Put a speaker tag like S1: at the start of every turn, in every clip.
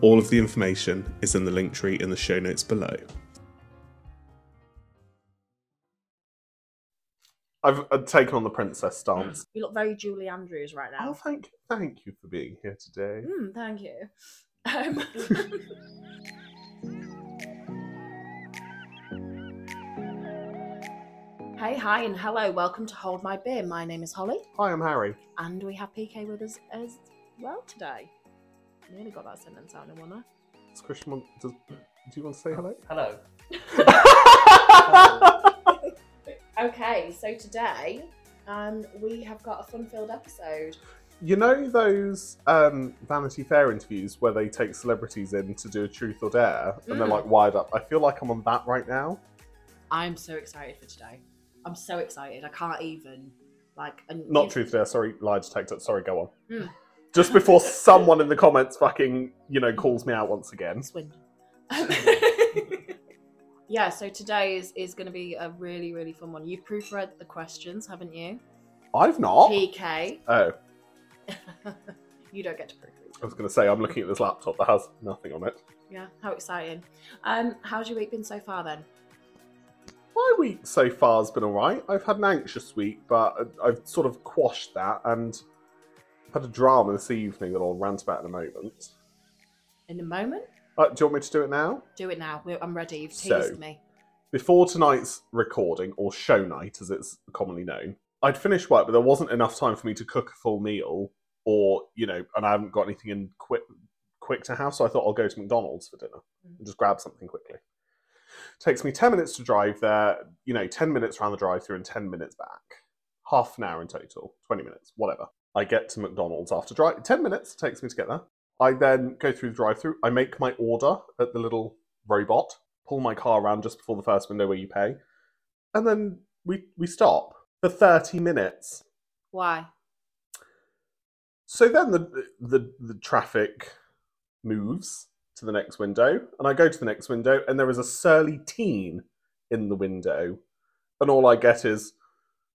S1: All of the information is in the link tree in the show notes below. I've, I've taken on the princess stance.
S2: You look very Julie Andrews right
S1: Oh,
S2: now.
S1: thank, thank you for being here today.
S2: Mm, thank you. Um, hey, hi, and hello. Welcome to Hold My Beer. My name is Holly,
S1: Hi, I'm Harry.
S2: and we have PK with us as well today. Nearly got that sentence out, no one.
S1: Does Christian want, does, do you want to say hello?
S3: Hello.
S2: Okay, so today um, we have got a fun-filled episode.
S1: You know those um, Vanity Fair interviews where they take celebrities in to do a truth or dare and they're
S2: Mm.
S1: like wired up? I feel like I'm on that right now.
S2: I'm so excited for today. I'm so excited. I can't even like. And
S1: Not
S2: you-
S1: truth or dare, sorry, lie detector. Sorry, go on.
S2: Mm.
S1: Just before someone in the comments fucking, you know, calls me out once again.
S2: Swindon. yeah, so today is, is going to be a really, really fun one. You've proofread the questions, haven't you?
S1: I've not.
S2: PK.
S1: Oh,
S2: you don't get to
S1: I was
S2: proofread. them.
S1: going to say, I'm looking at this laptop that has nothing on it.
S2: Yeah, how exciting. Um, how's your week been so far then?
S1: My week so far has been alright. I've had an anxious week, but I- I've sort of quashed that and had a drama this evening that I'll rant about in a moment.
S2: In the moment?
S1: Uh, do you want me to do it now?
S2: Do it now. We're, I'm ready. You've
S1: So-
S2: teased me.
S1: Before tonight's recording, or show night as it's commonly known, I'd finished work, but there wasn't enough time for me to cook a full meal, or, you know, and I haven't got anything in quick, quick to have, so I thought I'll go to McDonald's for dinner and just grab something quickly. Takes me 10 minutes to drive there, you know, 10 minutes round the drive through and 10 minutes back. Half an hour in total, 20 minutes, whatever. I get to McDonald's after drive 10 minutes it takes me to get there. I then go through the drive through, I make my order at the little robot, pull my car around just before the first window where you pay, and then we, we stop for 30 minutes.
S2: Why?
S1: So then the, the, the traffic moves to the next window, and I go to the next window, and there is a surly teen in the window, and all I get is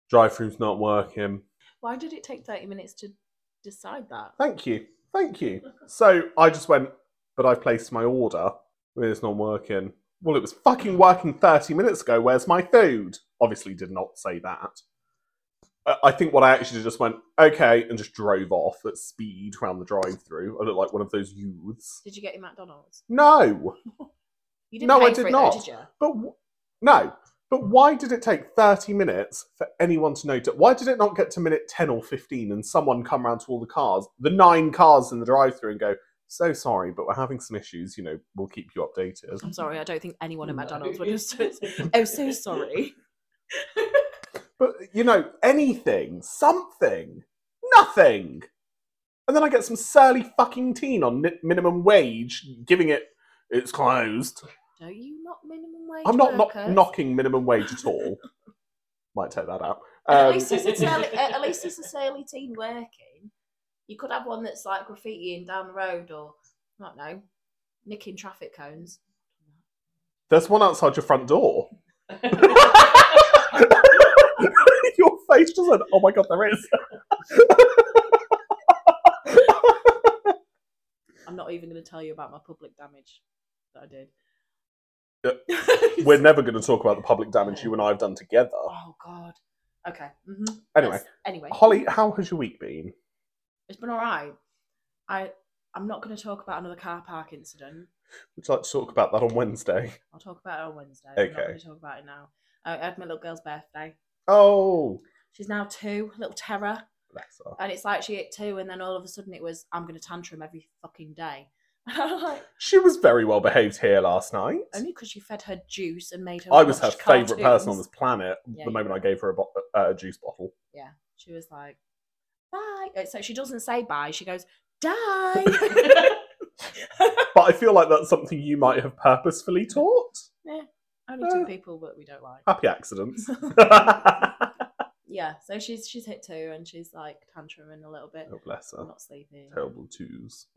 S1: drive through's not working.
S2: Why did it take 30 minutes to decide that?
S1: Thank you. Thank you. So I just went, but I placed my order. but It's not working. Well, it was fucking working 30 minutes ago. Where's my food? Obviously, did not say that. I- I think what I actually did just went, okay, and just drove off at speed round the drive through. I looked like one of those youths.
S2: Did you get your McDonald's?
S1: No,
S2: You didn't
S1: No,
S2: pay
S1: I did
S2: for it
S1: not.
S2: Though, did you?
S1: but w- no. But why did it take 30 minutes for anyone to notice? Why did it not get to minute 10 or 15 and someone come round to all the cars, the nine cars in the drive through and go, so sorry, but we're having some issues. You know, we'll keep you updated.
S2: I'm sorry, I don't think anyone at
S3: No.
S2: McDonald's would have said, oh, so sorry.
S1: But you know, anything, something, nothing. And then I get some surly fucking teen on ni- minimum wage giving it it's closed.
S2: Don't you not minimum wage?
S1: I'm not knock-
S2: workers?
S1: knocking minimum wage at all. Might take that out.
S2: at
S1: Um,
S2: least it's a surly, at least it's a surly teen working. You could have one that's like graffitiing down the road, or I don't know, nicking traffic cones.
S1: there's one outside your front door. your face just went, oh my god, there is.
S2: I'm not even going to tell you about my public damage that I did.
S1: Uh, We're never going to talk about the public damage you and I have done together.
S2: oh God. Okay. hmm
S1: Anyway,
S2: Anyway,
S1: Holly, how has your week been?
S2: it's been all right. I I'm not going to talk about another car park incident.
S1: Would you like to talk about that on Wednesday?
S2: I'll talk about it on Wednesday. I'm not
S1: Okay.
S2: going to talk about it now. I I had my little girl's birthday.
S1: Oh,
S2: She's now two, little terror.
S1: Bless her.
S2: And it's like she hit two, and then all of a sudden it was, I'm going to tantrum every fucking day. And I'm like,
S1: She was very well behaved here last night.
S2: only because you fed her juice and made her.
S1: I was her
S2: watch
S1: favourite person on
S2: cartoons.
S1: this planet
S2: Yeah,
S1: the
S2: you
S1: moment
S2: were.
S1: I gave her a, bo- uh, a juice bottle.
S2: She was like, bye. Uh, So she doesn't say bye, she goes, die.
S1: But I feel like that's something you might have purposefully taught.
S2: only two
S1: Uh.
S2: people that we don't like.
S1: Happy accidents. oh,
S2: Oh, Yeah, so she's she's hit two and she's like tantruming a little bit.
S1: bless her.
S2: I'm not sleeping.
S1: Oh, Terrible twos.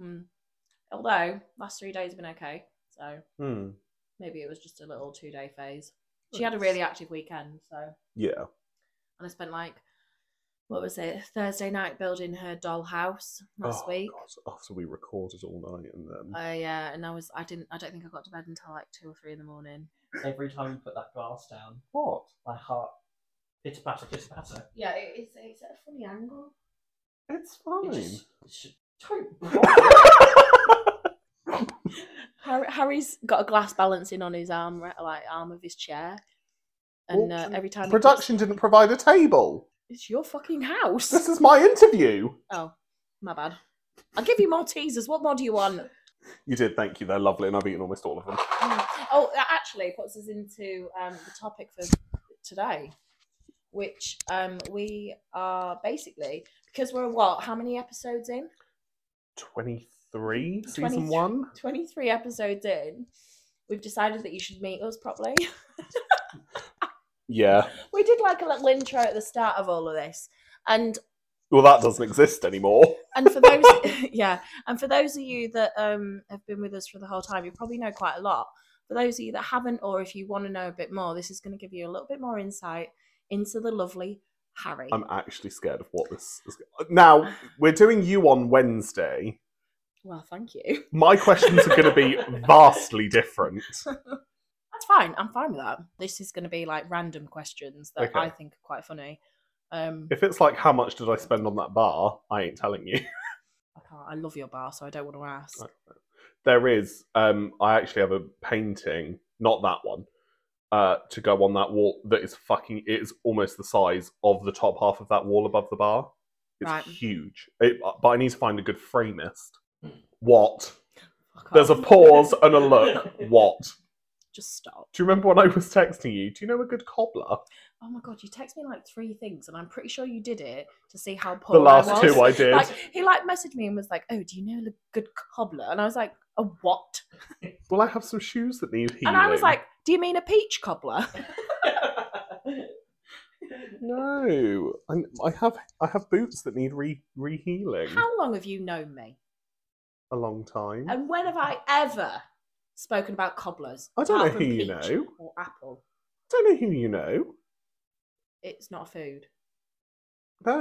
S2: Although last three days have been okay, so
S1: Hmm.
S2: maybe it was just a little two day phase. She had a really active weekend, so and
S1: Yeah.
S2: I spent like what was it Thursday night building her dollhouse last
S1: Oh,
S2: week.
S1: God, After we recorded all night and then.
S2: I uh, and I was I didn't I don't think I got to bed until like two or three in the morning.
S3: Every time you put that glass down,
S1: What?
S3: my heart pitter patter, pitter patter.
S2: Yeah, it, it's it's at a funny angle.
S1: It's
S3: It
S1: fine.
S3: just, it just- don't
S2: Harry, Harry's got a glass balancing on his arm right, like arm of his chair, and uh,
S1: Auction-
S2: every time he puts-
S1: Production didn't provide a table.
S2: it's your fucking house.
S1: This is my interview.
S2: Oh, my bad. I'll give you more teasers. What more do you want?
S1: You did, thank you. They're lovely, and I've eaten almost all of them.
S2: Oh, that actually puts us into um, the topic for today, which um, we are basically because we're what? How many episodes in?
S1: 23 season
S2: 23.
S1: one.
S2: Twenty-three episodes in. We've decided that you should meet us properly.
S1: Yeah.
S2: We did like a little intro at the start of all of this, and
S1: Well, that doesn't exist anymore.
S2: and for those yeah and for those of you that um have been with us for the whole time you probably know quite a lot for those of you that haven't or if you want to know a bit more this is going to give you a little bit more insight into the lovely harry
S1: I'm actually scared of what this is. Now, we're doing you on Wednesday.
S2: well thank you
S1: My questions are going to be vastly different.
S2: that's fine i'm fine with that this is going to be like random questions that
S1: Okay.
S2: i think are quite funny um
S1: If it's like, how much did I spend on that bar? I ain't telling you.
S2: i can't i love your bar so i don't want to ask
S1: There is, um, I actually have a painting, not that one, uh, to go on that wall that is fucking, it is almost the size of the top half of that wall above the bar. It's
S2: Right.
S1: huge. It, but I need to find a good framist. What?
S2: Fuck
S1: There's a
S2: off.
S1: pause and a look. What?
S2: just stop
S1: Do you remember when I was texting you? Do you know a good cobbler?
S2: oh my god you text me like three things and i'm pretty sure you did it to see how poor
S1: The last
S2: I was.
S1: two I did.
S2: Like he like messaged me and was like, "Oh, do you know a good cobbler?" And I was like, "A what?"
S1: Well, I have some shoes that need healing.
S2: And I was like, "Do you mean a peach cobbler?"
S1: no, I, I have I have boots that need re rehealing.
S2: How long have you known me?
S1: A long time.
S2: And when have I ever spoken about cobblers?
S1: I don't know
S2: apart from
S1: who you
S2: peach
S1: know.
S2: Or apple.
S1: don't know who you know.
S2: It's not a food.
S1: No,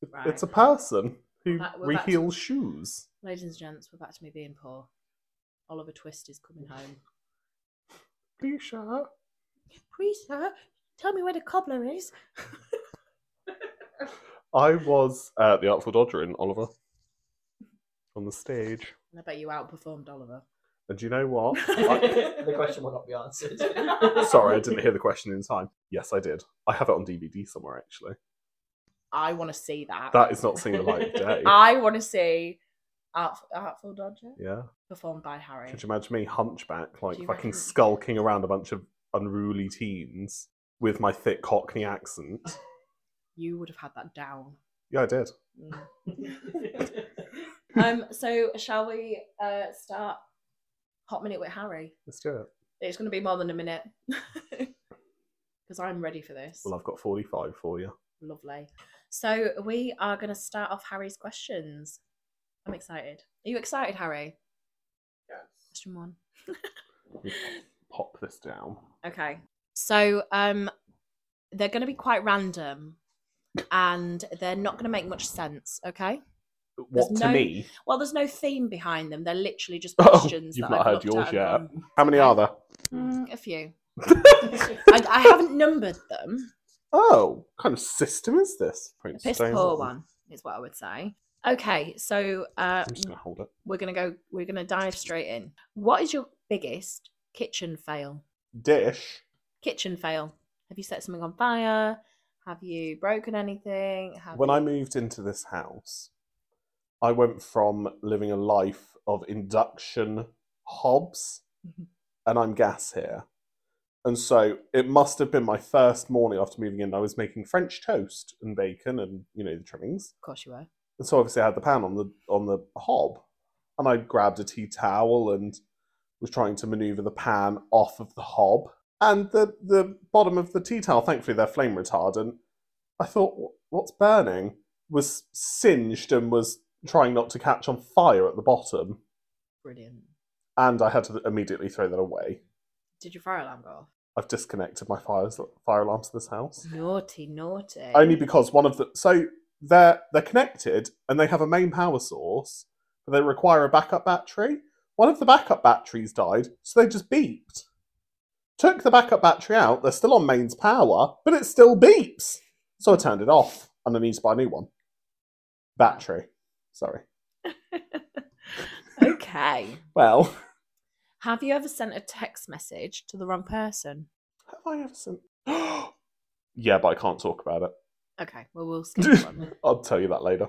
S1: It-
S2: Right.
S1: it's a person who
S2: That- well, that's-
S1: reheals shoes.
S2: Ladies and gents, we're back to me being poor. Oliver Twist is coming home.
S1: Are you sure?
S2: Please, sir, tell me where the cobbler is.
S1: I was at the Artful Dodger in Oliver on the stage,
S2: And I bet you outperformed Oliver.
S1: and you know what?
S3: the question will not be answered.
S1: Sorry, I didn't hear the question in time. Yes, I did. I have it on DVD somewhere, actually.
S2: I want to see that.
S1: That is not seeing the light of day.
S2: I want to see Art- Artful Dodger
S1: Yeah.
S2: performed by Harry.
S1: Could you imagine me hunchback, like
S2: Do you
S1: fucking
S2: reckon-
S1: skulking around a bunch of unruly teens with my thick Cockney accent?
S2: you would have had that down.
S1: Yeah, I did.
S2: um, so shall we uh, start hot minute with Harry?
S1: Let's do it.
S2: It's going to be more than a minute because I'm ready for this.
S1: Well, I've got 45 for you.
S2: Lovely. So we are going to start off Harry's questions. I'm excited. Are you excited, Harry?
S1: Yes.
S2: Question one.
S1: Pop this down.
S2: Okay. So um, they're going to be quite random, and they're not going to make much sense. Okay.
S1: What to
S2: no-
S1: me?
S2: Well, there's no theme behind them. They're literally just
S1: Oh,
S2: questions.
S1: you've
S2: that
S1: not
S2: I've
S1: heard
S2: looked
S1: yours
S2: at
S1: yet.
S2: and
S1: How many are there?
S2: gone, "Mm, a few. I, I haven't numbered them.
S1: Oh, what kind of system is this?
S2: A
S1: Prince
S2: piss
S1: Stone
S2: poor
S1: Hall.
S2: one is what I would say. Okay, so uh,
S1: I'm just going to hold it.
S2: we're gonna go. We're gonna dive straight in. What is your biggest kitchen fail?
S1: Dish.
S2: Kitchen fail. Have you set something on fire? Have you broken anything? Have
S1: when
S2: you...
S1: I moved into this house, I went from living a life of induction hobs,
S2: Mhm.
S1: and I'm gas here. And so it must have been my first morning after moving in. I was making French toast and bacon and you know the trimmings.
S2: Of course you were.
S1: And so obviously I had the pan on the on the hob, and I grabbed a tea towel and was trying to maneuver the pan off of the hob and the the bottom of the tea towel. Thankfully, they're flame retardant. I thought, "Wh- what's burning? Was singed and was trying not to catch on fire at the bottom,
S2: Brilliant.
S1: and I had to immediately throw that away.
S2: Did your fire alarm go off?
S1: I've disconnected my fires fire alarms to this house.
S2: Naughty, naughty.
S1: only because one of the so they're they're connected and they have a main power source, but they require a backup battery. One of the backup batteries died, so they just beeped. Took the backup battery out. They're still on mains power, but it still beeps. So I turned it off, and I need to buy a new one. Battery. Sorry.
S2: okay.
S1: Well,
S2: Have you ever sent a text message to the wrong person?
S1: have I ever sent? yeah, but I can't talk about it.
S2: Okay, well, we'll skip that one.
S1: I'll tell you that later.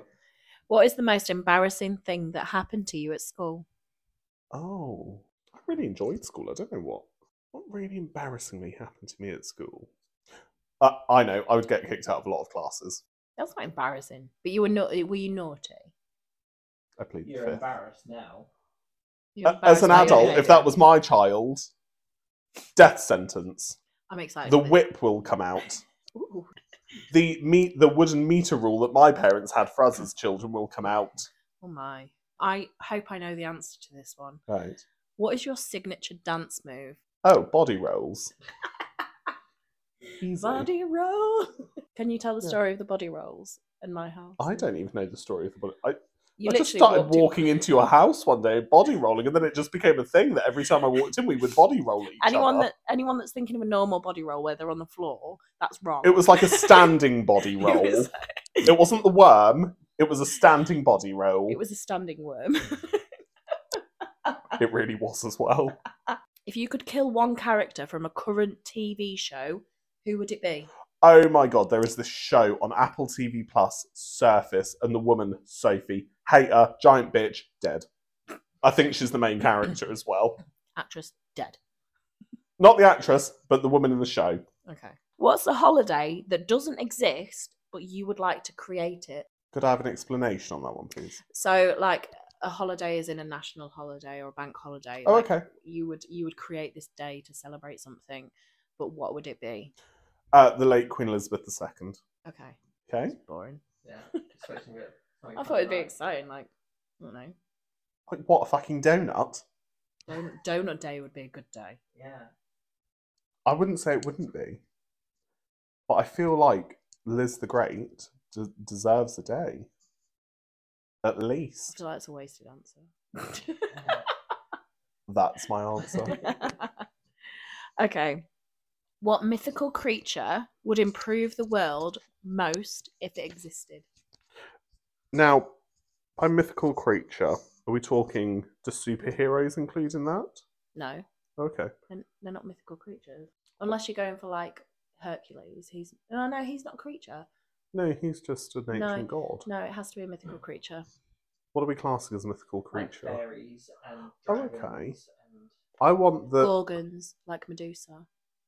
S2: What is the most embarrassing thing that happened to you at school?
S1: Oh, I really enjoyed school. I don't know what. What really embarrassingly happened to me at school? Uh, I know. I would get kicked out of a lot of classes.
S2: That's not embarrassing, but you were not. Were you naughty?
S1: I plead the
S3: You're
S1: fifth.
S3: embarrassed now.
S2: You're
S1: Uh, As an
S2: embarrassed now, you're
S1: adult,
S2: naughty.
S1: if that was my child, death sentence.
S2: I'm excited.
S1: The
S2: for this.
S1: whip will come out.
S2: Ooh.
S1: The meet the wooden meter rule that my parents had for us as children will come out.
S2: Oh my! I hope I know the answer to this one.
S1: Right.
S2: What is your signature dance move?
S1: Oh, body rolls. Easy.
S2: Body roll. Can you tell the
S1: Yeah.
S2: story of the body rolls in my house?
S1: I don't even know the story of the body. I,
S2: You
S1: I just
S2: literally
S1: started
S2: walked in-
S1: walking into your house one day, body rolling, and then it just became a thing that every time I walked in, we would body roll each
S2: Anyone
S1: other.
S2: that anyone that's thinking of a normal body roll where they're on the floor, that's wrong.
S1: It was like a standing body
S2: It
S1: roll.
S2: was-
S1: It wasn't the worm. It was a standing body roll.
S2: it was a standing worm.
S1: It really was as well.
S2: if you could kill one character from a current TV show, who would it be?
S1: Oh my god, there is this show on Apple TV Plus, Surface, and the woman Sophie, hater, giant bitch, dead. I think she's the main character as well.
S2: Actress dead.
S1: Not the actress, but the woman in the show.
S2: Okay. What's a holiday that doesn't exist but you would like to create it?
S1: Could I have an explanation on that one, please?
S2: So like a holiday is in a national holiday or a bank holiday.
S1: Oh,
S2: like,
S1: okay.
S2: You would you would create this day to celebrate something, but what would it be?
S1: Uh, the late Queen Elizabeth II.
S2: Okay.
S1: Okay.
S2: It's boring.
S3: Yeah. expecting it.
S2: I thought it'd be exciting, like I don't know.
S1: Like, what a fucking donut.
S2: Donut, donut day would be a good day.
S3: Yeah.
S1: I wouldn't say it wouldn't be. But I feel like Liz the Great de- deserves a day. At
S2: I
S1: least.
S2: feel like it's a wasted answer.
S1: That's my answer.
S2: okay. What mythical creature would improve the world most if it existed?
S1: now, by mythical creature, are we talking do superheroes include in that?
S2: No,
S1: Okay.
S2: they're, they're not mythical creatures. Unless you're going for like Hercules. He's oh, no, no, he's not a creature.
S1: No, he's just an
S2: No,
S1: ancient god.
S2: No, it has to be a mythical creature.
S1: What are we classing as mythical
S3: Like
S1: creature?
S3: fairies and
S1: Oh, okay.
S3: dragons and-
S1: I want the
S2: Gorgons, like Medusa.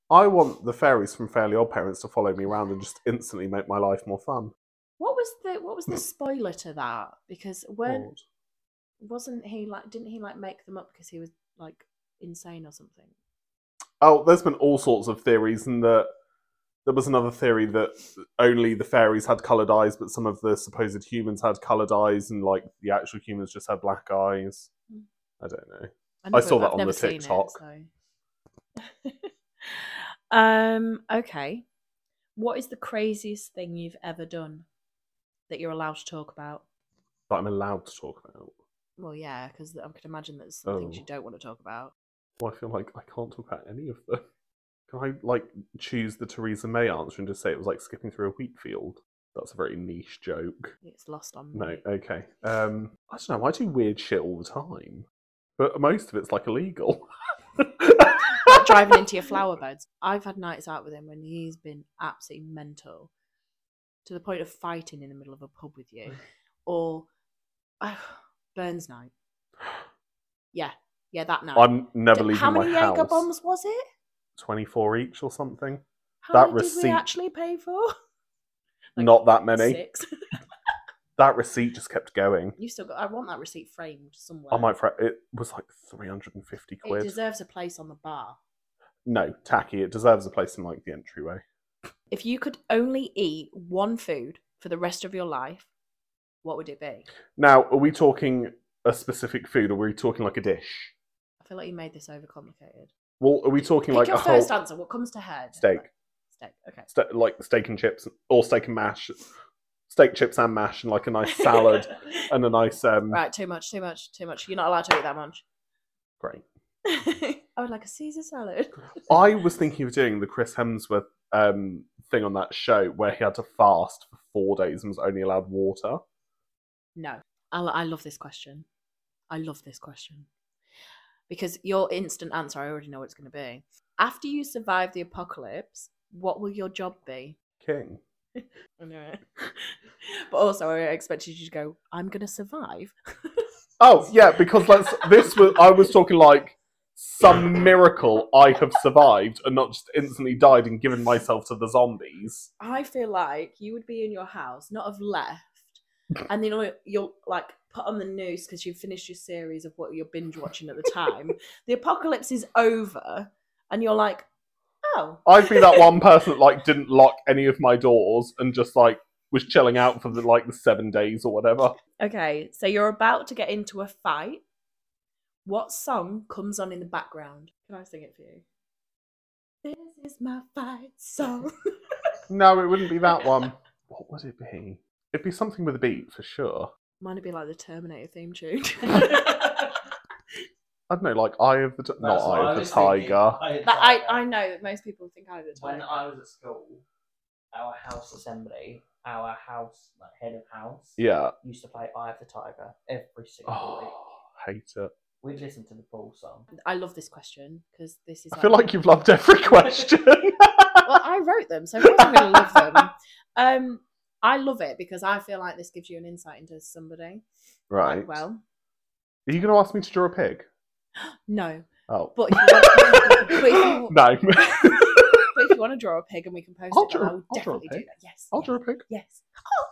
S1: I want the fairies from Fairly Odd Parents to follow me around and just instantly make my life more fun.
S2: What was the what was the spoiler to that? Because when
S1: Odd. Oh.
S2: wasn't he like didn't he like make them up because he was like insane or something?
S1: Oh, there's been all sorts of theories, and that there was another theory that only the fairies had coloured eyes, but some of the supposed humans had coloured eyes, and like the actual humans just had black eyes.
S2: Mm.
S1: I don't know.
S2: I,
S1: saw that
S2: I've
S1: on
S2: never
S1: the
S2: seen it,
S1: TikTok.
S2: so. um. Okay. What is the craziest thing you've ever done that you're allowed to talk about?
S1: But I'm allowed to talk about.
S2: Well, yeah, because I could imagine that there's some things you
S1: Oh.
S2: don't want to talk about.
S1: Well, I feel like I can't talk about any of them. Can I like choose the Theresa May answer and just say it was like skipping through a wheat field? That's a very niche joke.
S2: It's lost on me.
S1: No, okay. Um, I don't know. I do weird shit all the time, but most of it's like illegal.
S2: Driving into your flower beds. I've had nights out with him when he's been absolutely mental, to the point of fighting in the middle of a pub with you, or uh, Burns night. Yeah, yeah, that night.
S1: I'm never
S2: D-
S1: leaving
S2: How many
S1: my
S2: Jaeger
S1: house.
S2: bombs was it?
S1: Twenty-four each or something.
S2: How
S1: That
S2: many did
S1: receipt-
S2: we actually pay for? Like,
S1: Not that many.
S2: Six.
S1: That receipt just kept going.
S2: You still got. I want that receipt framed somewhere.
S1: I might. Fra- it was like three hundred and fifty
S2: It
S1: quid.
S2: deserves a place on the bar.
S1: no, tacky. It deserves a place in like the entryway.
S2: If you could only eat one food for the rest of your life, what would it be?
S1: Now, are we talking a specific food, or are we talking like a dish?
S2: I feel like you made this overcomplicated.
S1: Well, are we talking
S2: Pick
S1: like
S2: your
S1: a whole
S2: first answer. What comes to head?
S1: steak,
S2: Steak. Okay.
S1: ste- like steak and chips, or steak and mash, steak chips and mash, and like a nice salad and a nice um.
S2: Right. Too much. Too much. Too much. You're not allowed to eat that much.
S1: Great.
S2: I would like a Caesar salad.
S1: I was thinking of doing the Chris Hemsworth um thing on that show where he had to fast for four days and was only allowed water.
S2: No. I, lo- I love this question. I love this question. Because your instant answer, I already know what it's going to be. After you survive the apocalypse, what will your job be?
S1: King.
S2: I know it. but also, I expected you to go, I'm going to survive.
S1: Oh yeah, because let's. This was I was talking like some miracle I have survived and not just instantly died and given myself to the zombies.
S2: I feel like you would be in your house, not have left, and then you'll, you'll like put on the news because you've finished your series of what you're binge watching at the time. the apocalypse is over, and you're like, oh,
S1: I'd be that one person that like didn't lock any of my doors and just like was chilling out for the like the seven days or whatever.
S2: okay, so you're about to get into a fight. What song comes on in the background? Can I sing it for you? This is my fight song.
S1: No, it wouldn't be that one. What would it be? It'd be something with a beat for sure.
S2: Mine would be like the Terminator theme tune.
S1: I don't know, like Eye of the T- not
S3: That's what
S1: Eye of the
S3: was thinking.
S1: Tiger.
S3: Eye of the
S2: That I,
S3: Tiger.
S2: I know that most people think I the
S3: When
S2: Terminator.
S3: I was at school, our house assembly, our house like head of house,
S1: Yeah.
S3: used to play Eye of the Tiger every single
S1: Oh,
S3: week.
S1: hate it.
S3: We'd listen to the ball song.
S2: I love this question because this is.
S1: I feel like you've loved every question.
S2: well, I wrote them, so of course I'm going to love them. Um, I love it because I feel like this gives you an insight into somebody. quite
S1: right. Well.
S2: Well,
S1: Are you going to ask me to draw a pig?
S2: no,
S1: Oh.
S2: but if you want, but if you,
S1: no.
S2: but if you want to draw a pig and we can post
S1: I'll
S2: it, then
S1: draw-
S2: I will
S1: I'll draw a
S2: definitely do
S1: pig.
S2: that. Yes.
S1: I'll
S2: yes,
S1: draw a pig.
S2: Yes.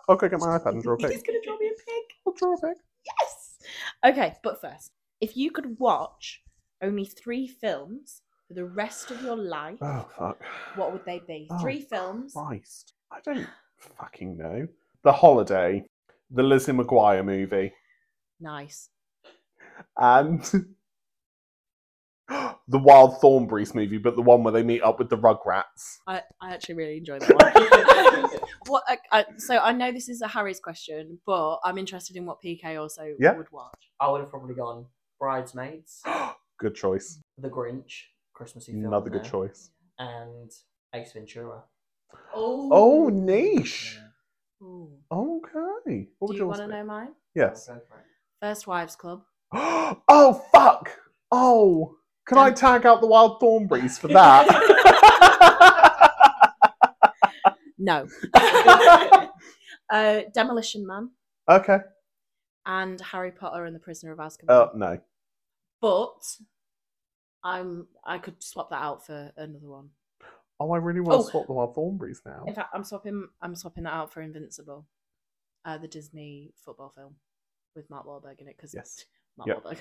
S1: I'll go get my iPad and draw a
S2: He's
S1: pig.
S2: going to draw me a pig.
S1: I'll draw a pig.
S2: Yes. Okay, but first, if you could watch only three films for the rest of your life,
S1: Oh, fuck.
S2: what would they be?
S1: Oh,
S2: Three films.
S1: Christ. I don't fucking know. The Holiday, the Lizzie McGuire movie,
S2: Nice.
S1: and the Wild Thornberrys movie, but the one where they meet up with the Rugrats.
S2: I, I actually really enjoyed that one. what I, I, so I know this is a Harry's question, but I'm interested in what PK also
S1: Yeah.
S2: would watch.
S3: I would have probably gone Bridesmaids,
S1: good choice.
S3: The Grinch, Christmassy film.
S1: Another
S3: in
S1: good
S3: there,
S1: choice.
S3: And Ace Ventura.
S1: Oh, niche.
S3: Yeah,
S2: Ooh.
S1: Okay. What
S2: Do
S1: would
S2: you
S1: yours
S2: want to
S1: be?
S2: know mine?
S1: Yes.
S3: I'll go for it.
S2: First Wives Club.
S1: oh fuck! Oh, can I
S2: Done.
S1: tag out the Wild Thornberrys for that?
S2: No. uh, Demolition Man
S1: okay.
S2: and Harry Potter and the Prisoner of Azkaban.
S1: Uh, no.
S2: But I'm I could swap that out for another one.
S1: Oh, I really want
S2: Oh.
S1: to swap the Wild Thornberrys now.
S2: In fact, I'm swapping I'm swapping that out for Invincible, uh, the Disney football film with Mark Wahlberg in it because
S1: Yes.
S2: Mark
S1: Yep.
S2: Wahlberg.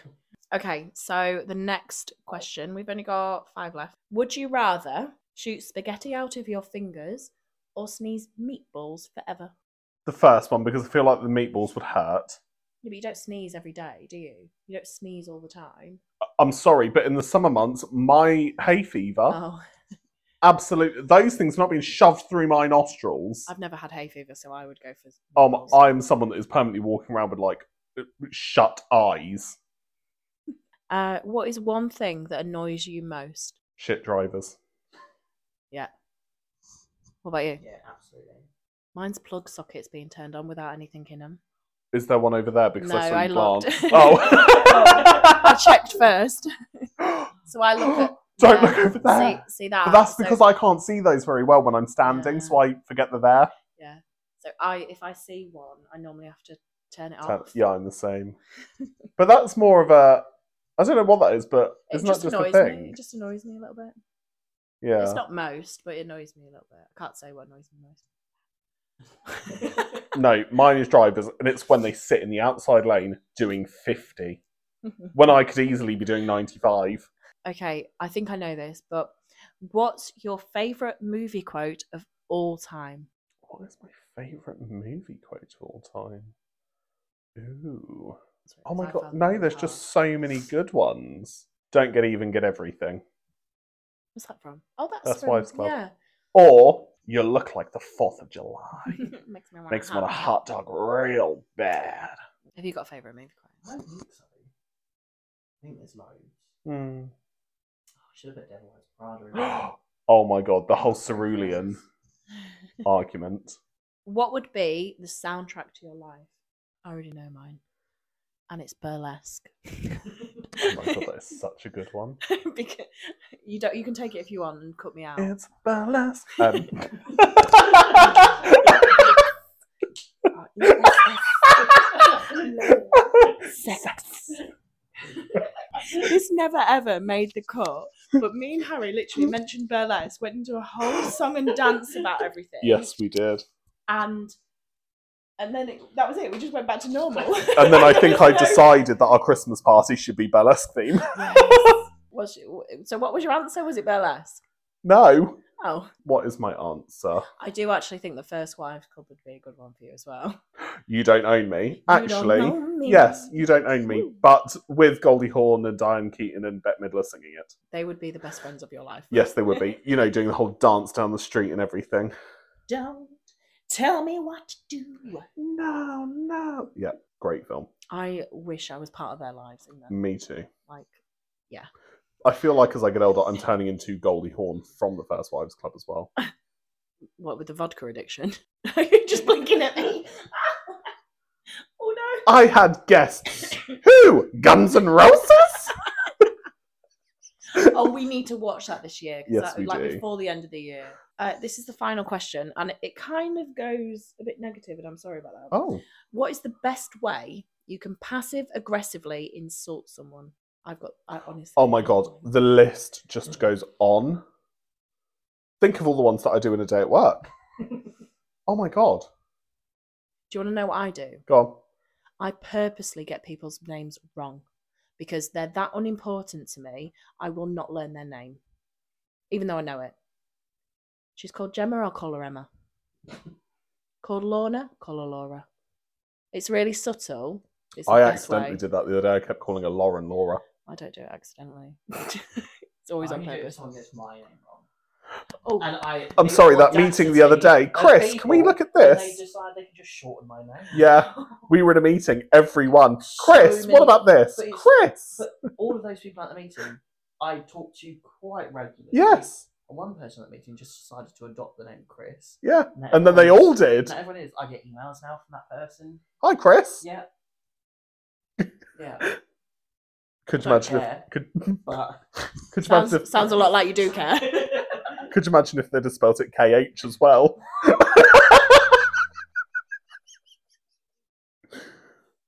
S2: Okay, so the next question. We've only got five left. Would you rather shoot spaghetti out of your fingers or sneeze meatballs forever?
S1: The first one because I feel like the meatballs would hurt.
S2: Yeah, but you don't sneeze every day, do you? You don't sneeze all the time.
S1: I'm sorry, but in the summer months, my hay fever,
S2: Oh,
S1: absolutely, those things not being shoved through my nostrils.
S2: I've never had hay fever, so I would go for.
S1: Um,
S2: meatballs.
S1: I'm someone that is permanently walking around with like shut eyes.
S2: Uh, what is one thing that annoys you most?
S1: Shit drivers.
S2: What about you?
S3: Yeah, absolutely.
S2: Mine's plug sockets being turned on without anything in them.
S1: Is there one over there? Because
S2: No,
S1: I saw
S2: I
S1: you
S2: looked.
S1: glance. Oh.
S2: I checked first, so I look at.
S1: Don't
S2: yeah,
S1: look over there.
S2: See, see that?
S1: But that's
S2: So-
S1: because I can't see those very well when I'm standing, so I forget they're there.
S2: So So I, if I see one, I normally have to turn it
S1: Ten-
S2: off.
S1: yeah, I'm the same. But that's more of a. I don't know what that is, but
S2: It
S1: isn't
S2: just
S1: that just a
S2: annoys
S1: thing?
S2: me. It just annoys me a little bit.
S1: Yeah.
S2: It's not most, but it annoys me a little bit. I can't say what annoys me most.
S1: No, mine is drivers, and it's when they sit in the outside lane doing 50 when I could easily be doing 95.
S2: okay, I think I know this, but what's your favorite movie quote of all time?
S1: What is my favourite movie quote of all time? Ooh. Oh my god. No, there's just so many good ones. Don't get even get everything.
S2: What's that from? Oh, that's,
S1: That's
S2: from,
S1: Wives Club.
S2: Yeah,
S1: Or you look like the 4th of July.
S2: makes me want
S1: Makes me want a hot dog real bad.
S2: Have you got a favorite movie
S3: I
S2: quote?
S3: don't think so. I think there's loads.
S1: Hmm.
S3: Oh, I should have put Devil Wears Prada in there.
S1: Oh my god, the whole cerulean argument.
S2: what would be the soundtrack to your life? I already know mine, and it's burlesque.
S1: Oh my god, that is such a good one.
S2: Because- you don't. You can take it if you want and cut me out.
S1: It's burlesque. Um,
S2: Oh, yes, yes, yes. Sex. this never ever made the cut, but me and Harry literally mentioned burlesque, went into a whole song and dance about everything.
S1: yes, we did.
S2: and and then it, that was it. We just went back to normal.
S1: And then I think I
S2: No.
S1: decided that our Christmas party should be burlesque themed.
S2: Was it- so what was your answer? Was it burlesque?
S1: No.
S2: Oh,
S1: What is my answer?
S2: I do actually think the first wives club would be a good one for you as well.
S1: You don't own me.
S2: You don't
S1: Actually,
S2: know me.
S1: yes, you don't own me,
S2: Ooh.
S1: but with Goldie Hawn and Diane Keaton and Bette Midler singing it.
S2: they would be the best friends of your life.
S1: Yes, they would be. You know, doing the whole dance down the street and everything.
S2: Don't tell me what to do.
S1: No, no. Yeah, great film.
S2: I wish I was part of their lives in that.
S1: Me too.
S2: Like,
S1: I feel like as I get older, I'm turning into Goldie Hawn from the First Wives Club as well.
S2: what with the vodka addiction? Are you just blinking at me? oh no.
S1: I had guests. Who? Guns N' Roses?
S2: oh, we need to watch that this year. 'cause
S1: Yes,
S2: that,
S1: we
S2: like
S1: do.
S2: before the end of the year. Uh, this is the final question, and it kind of goes a bit negative, and I'm sorry about that.
S1: Oh,
S2: What is the best way you can passive aggressively insult someone? I've got, I honestly.
S1: oh my god, the list just goes on. Think of all the ones that I do in a day at work. Oh my god,
S2: Do you want to know what I do?
S1: go on.
S2: I purposely get people's names wrong because they're that unimportant to me. I will not learn their name, even though I know it. She's called Gemma. I'll call her Emma. called Lorna. Call her Laura. It's really subtle. It's the
S1: I
S2: best
S1: accidentally
S2: way.
S1: did that the other day. I kept calling her Lauren Laura.
S2: I don't do it accidentally. it's always
S3: I
S2: on
S3: hate it if
S2: purpose.
S3: someone gets my name wrong.
S2: Oh,
S3: And I,
S1: I'm
S3: the
S1: sorry, that meeting the other
S3: audacity
S1: day. Chris,
S3: of
S1: can we
S3: people
S1: look at
S3: when
S1: this?
S3: They decide they can just shorten my name.
S1: Yeah. We were in a meeting, everyone.
S3: So
S1: Chris, what
S3: many-
S1: about this?
S3: but it's-
S1: Chris!
S3: but all of those people at the meeting, I talk to quite regularly.
S1: Yes,
S3: And one person at the meeting just decided to adopt the name Chris.
S1: yeah.
S3: Now
S1: And then they all
S3: everyone's-
S1: did.
S3: Now everyone is. I get emails now from that person.
S1: Hi, Chris.
S3: Yeah. Yeah.
S1: Could you
S3: Don't
S1: imagine
S3: care.
S1: if could, could
S3: But.
S1: you
S2: sounds,
S1: imagine if,
S2: sounds a lot like you do care.
S1: could you imagine if they'd have spelt it KH as well?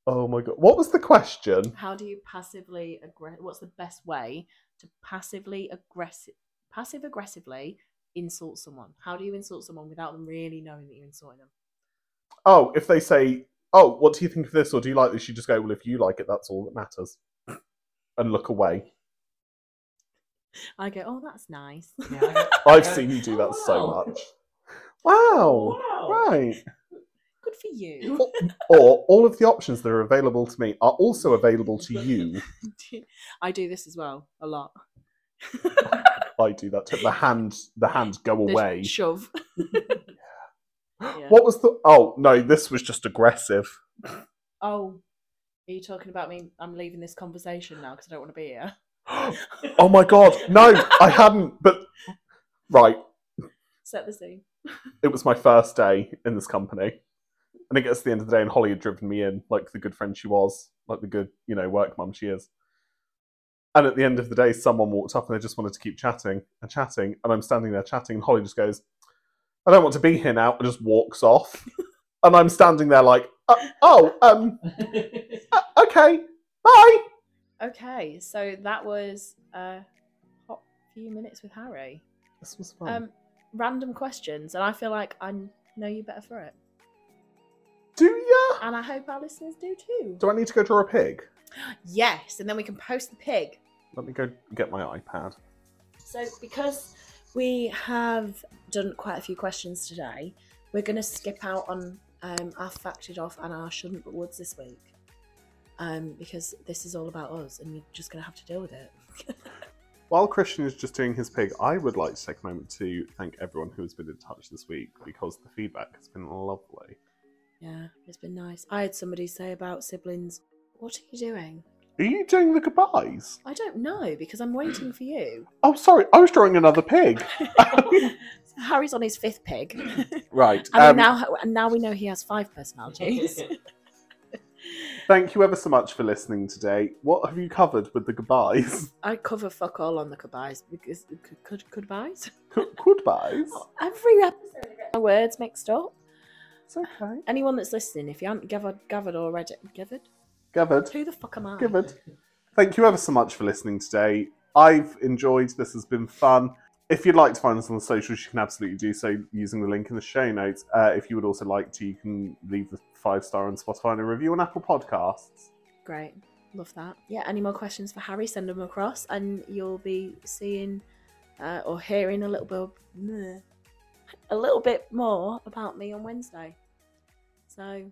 S1: oh my god. What was the question?
S2: How do you passively aggress? What's the best way to passively aggressive, passive aggressively insult someone? How do you insult someone without them really knowing that you're insulting them?
S1: Oh, if they say, Oh, what do you think of this or do you like this? You just go, Well, if you like it, that's all that matters. And look away.
S2: I go, oh, that's nice.
S3: Yeah, I get- I
S1: I've
S3: go,
S1: seen you do that
S3: "Wow.
S1: so much. Wow.
S3: Wow.
S1: Right.
S2: Good for you.
S1: Or all of the options that are available to me are also available to you.
S2: I do this as well a lot.
S1: I do that. Took the hand the hand go
S2: The
S1: away.
S2: shove. Yeah.
S1: What was the? Oh no, this was just aggressive.
S2: Oh, are you talking about me? I'm leaving this conversation now because I don't want to be here.
S1: oh my god, no, I hadn't. But right,
S2: Set the scene.
S1: it was my first day in this company, and it gets to the end of the day, and Holly had driven me in like the good friend she was, like the good you know work mum she is. And at the end of the day, someone walked up and they just wanted to keep chatting and chatting, and I'm standing there chatting, and Holly just goes, "I don't want to be here now," and just walks off. and I'm standing there like, uh, oh, um, uh, okay, bye.
S2: Okay, so that was a hot few minutes with Harry.
S4: This was
S1: Hmm.
S4: fun.
S2: Um, random questions, and I feel like I know you better for it,
S1: Do ya?
S2: and I hope our listeners do too.
S1: Do I need to go draw a pig?
S2: Yes, and then we can post the pig.
S1: Let me go get my iPad.
S2: So, because we have done quite a few questions today, we're going to skip out on um, our facted off and our shouldn't but woods this week, um, because this is all about us, and you're just going to have to deal with it.
S1: While Christian is just doing his pig, I would like to take a moment to thank everyone who has been in touch this week because the feedback has been lovely.
S2: Yeah, it's been nice. I had somebody say about siblings, "What are you doing?"
S1: Are you doing the goodbyes?
S2: I don't know because I'm waiting for you.
S1: Oh, sorry, I was drawing another pig.
S2: Harry's on his fifth pig, and
S1: Right.
S2: we
S1: um,
S2: now and now we know he has five personalities.
S1: Thank you ever so much for listening today. What have you covered with the goodbyes?
S2: I cover fuck all on the goodbyes because could goodbyes.
S1: Good- Goodbyes?
S2: Every episode, I get my words mixed up.
S1: It's okay.
S2: Anyone that's listening, if you haven't gathered, gathered already, gathered,
S1: Gathered.
S2: who the fuck am I?
S1: Gathered. Thank you ever so much for listening today. I've enjoyed this, has been fun. If you'd like to find us on the socials, you can absolutely do so using the link in the show notes. Uh, if you would also like to, you can leave the five star on Spotify and a review on Apple Podcasts.
S2: Great, love that. Yeah, any more questions for Harry? Send them across, and you'll be seeing uh, or hearing a little bit, meh, a little bit more about me on Wednesday. So,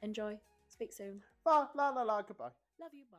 S2: enjoy. Speak soon.
S1: La la la la, goodbye.
S2: Love you. Bye.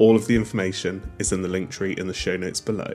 S4: All of the information is in the link tree in the show notes below.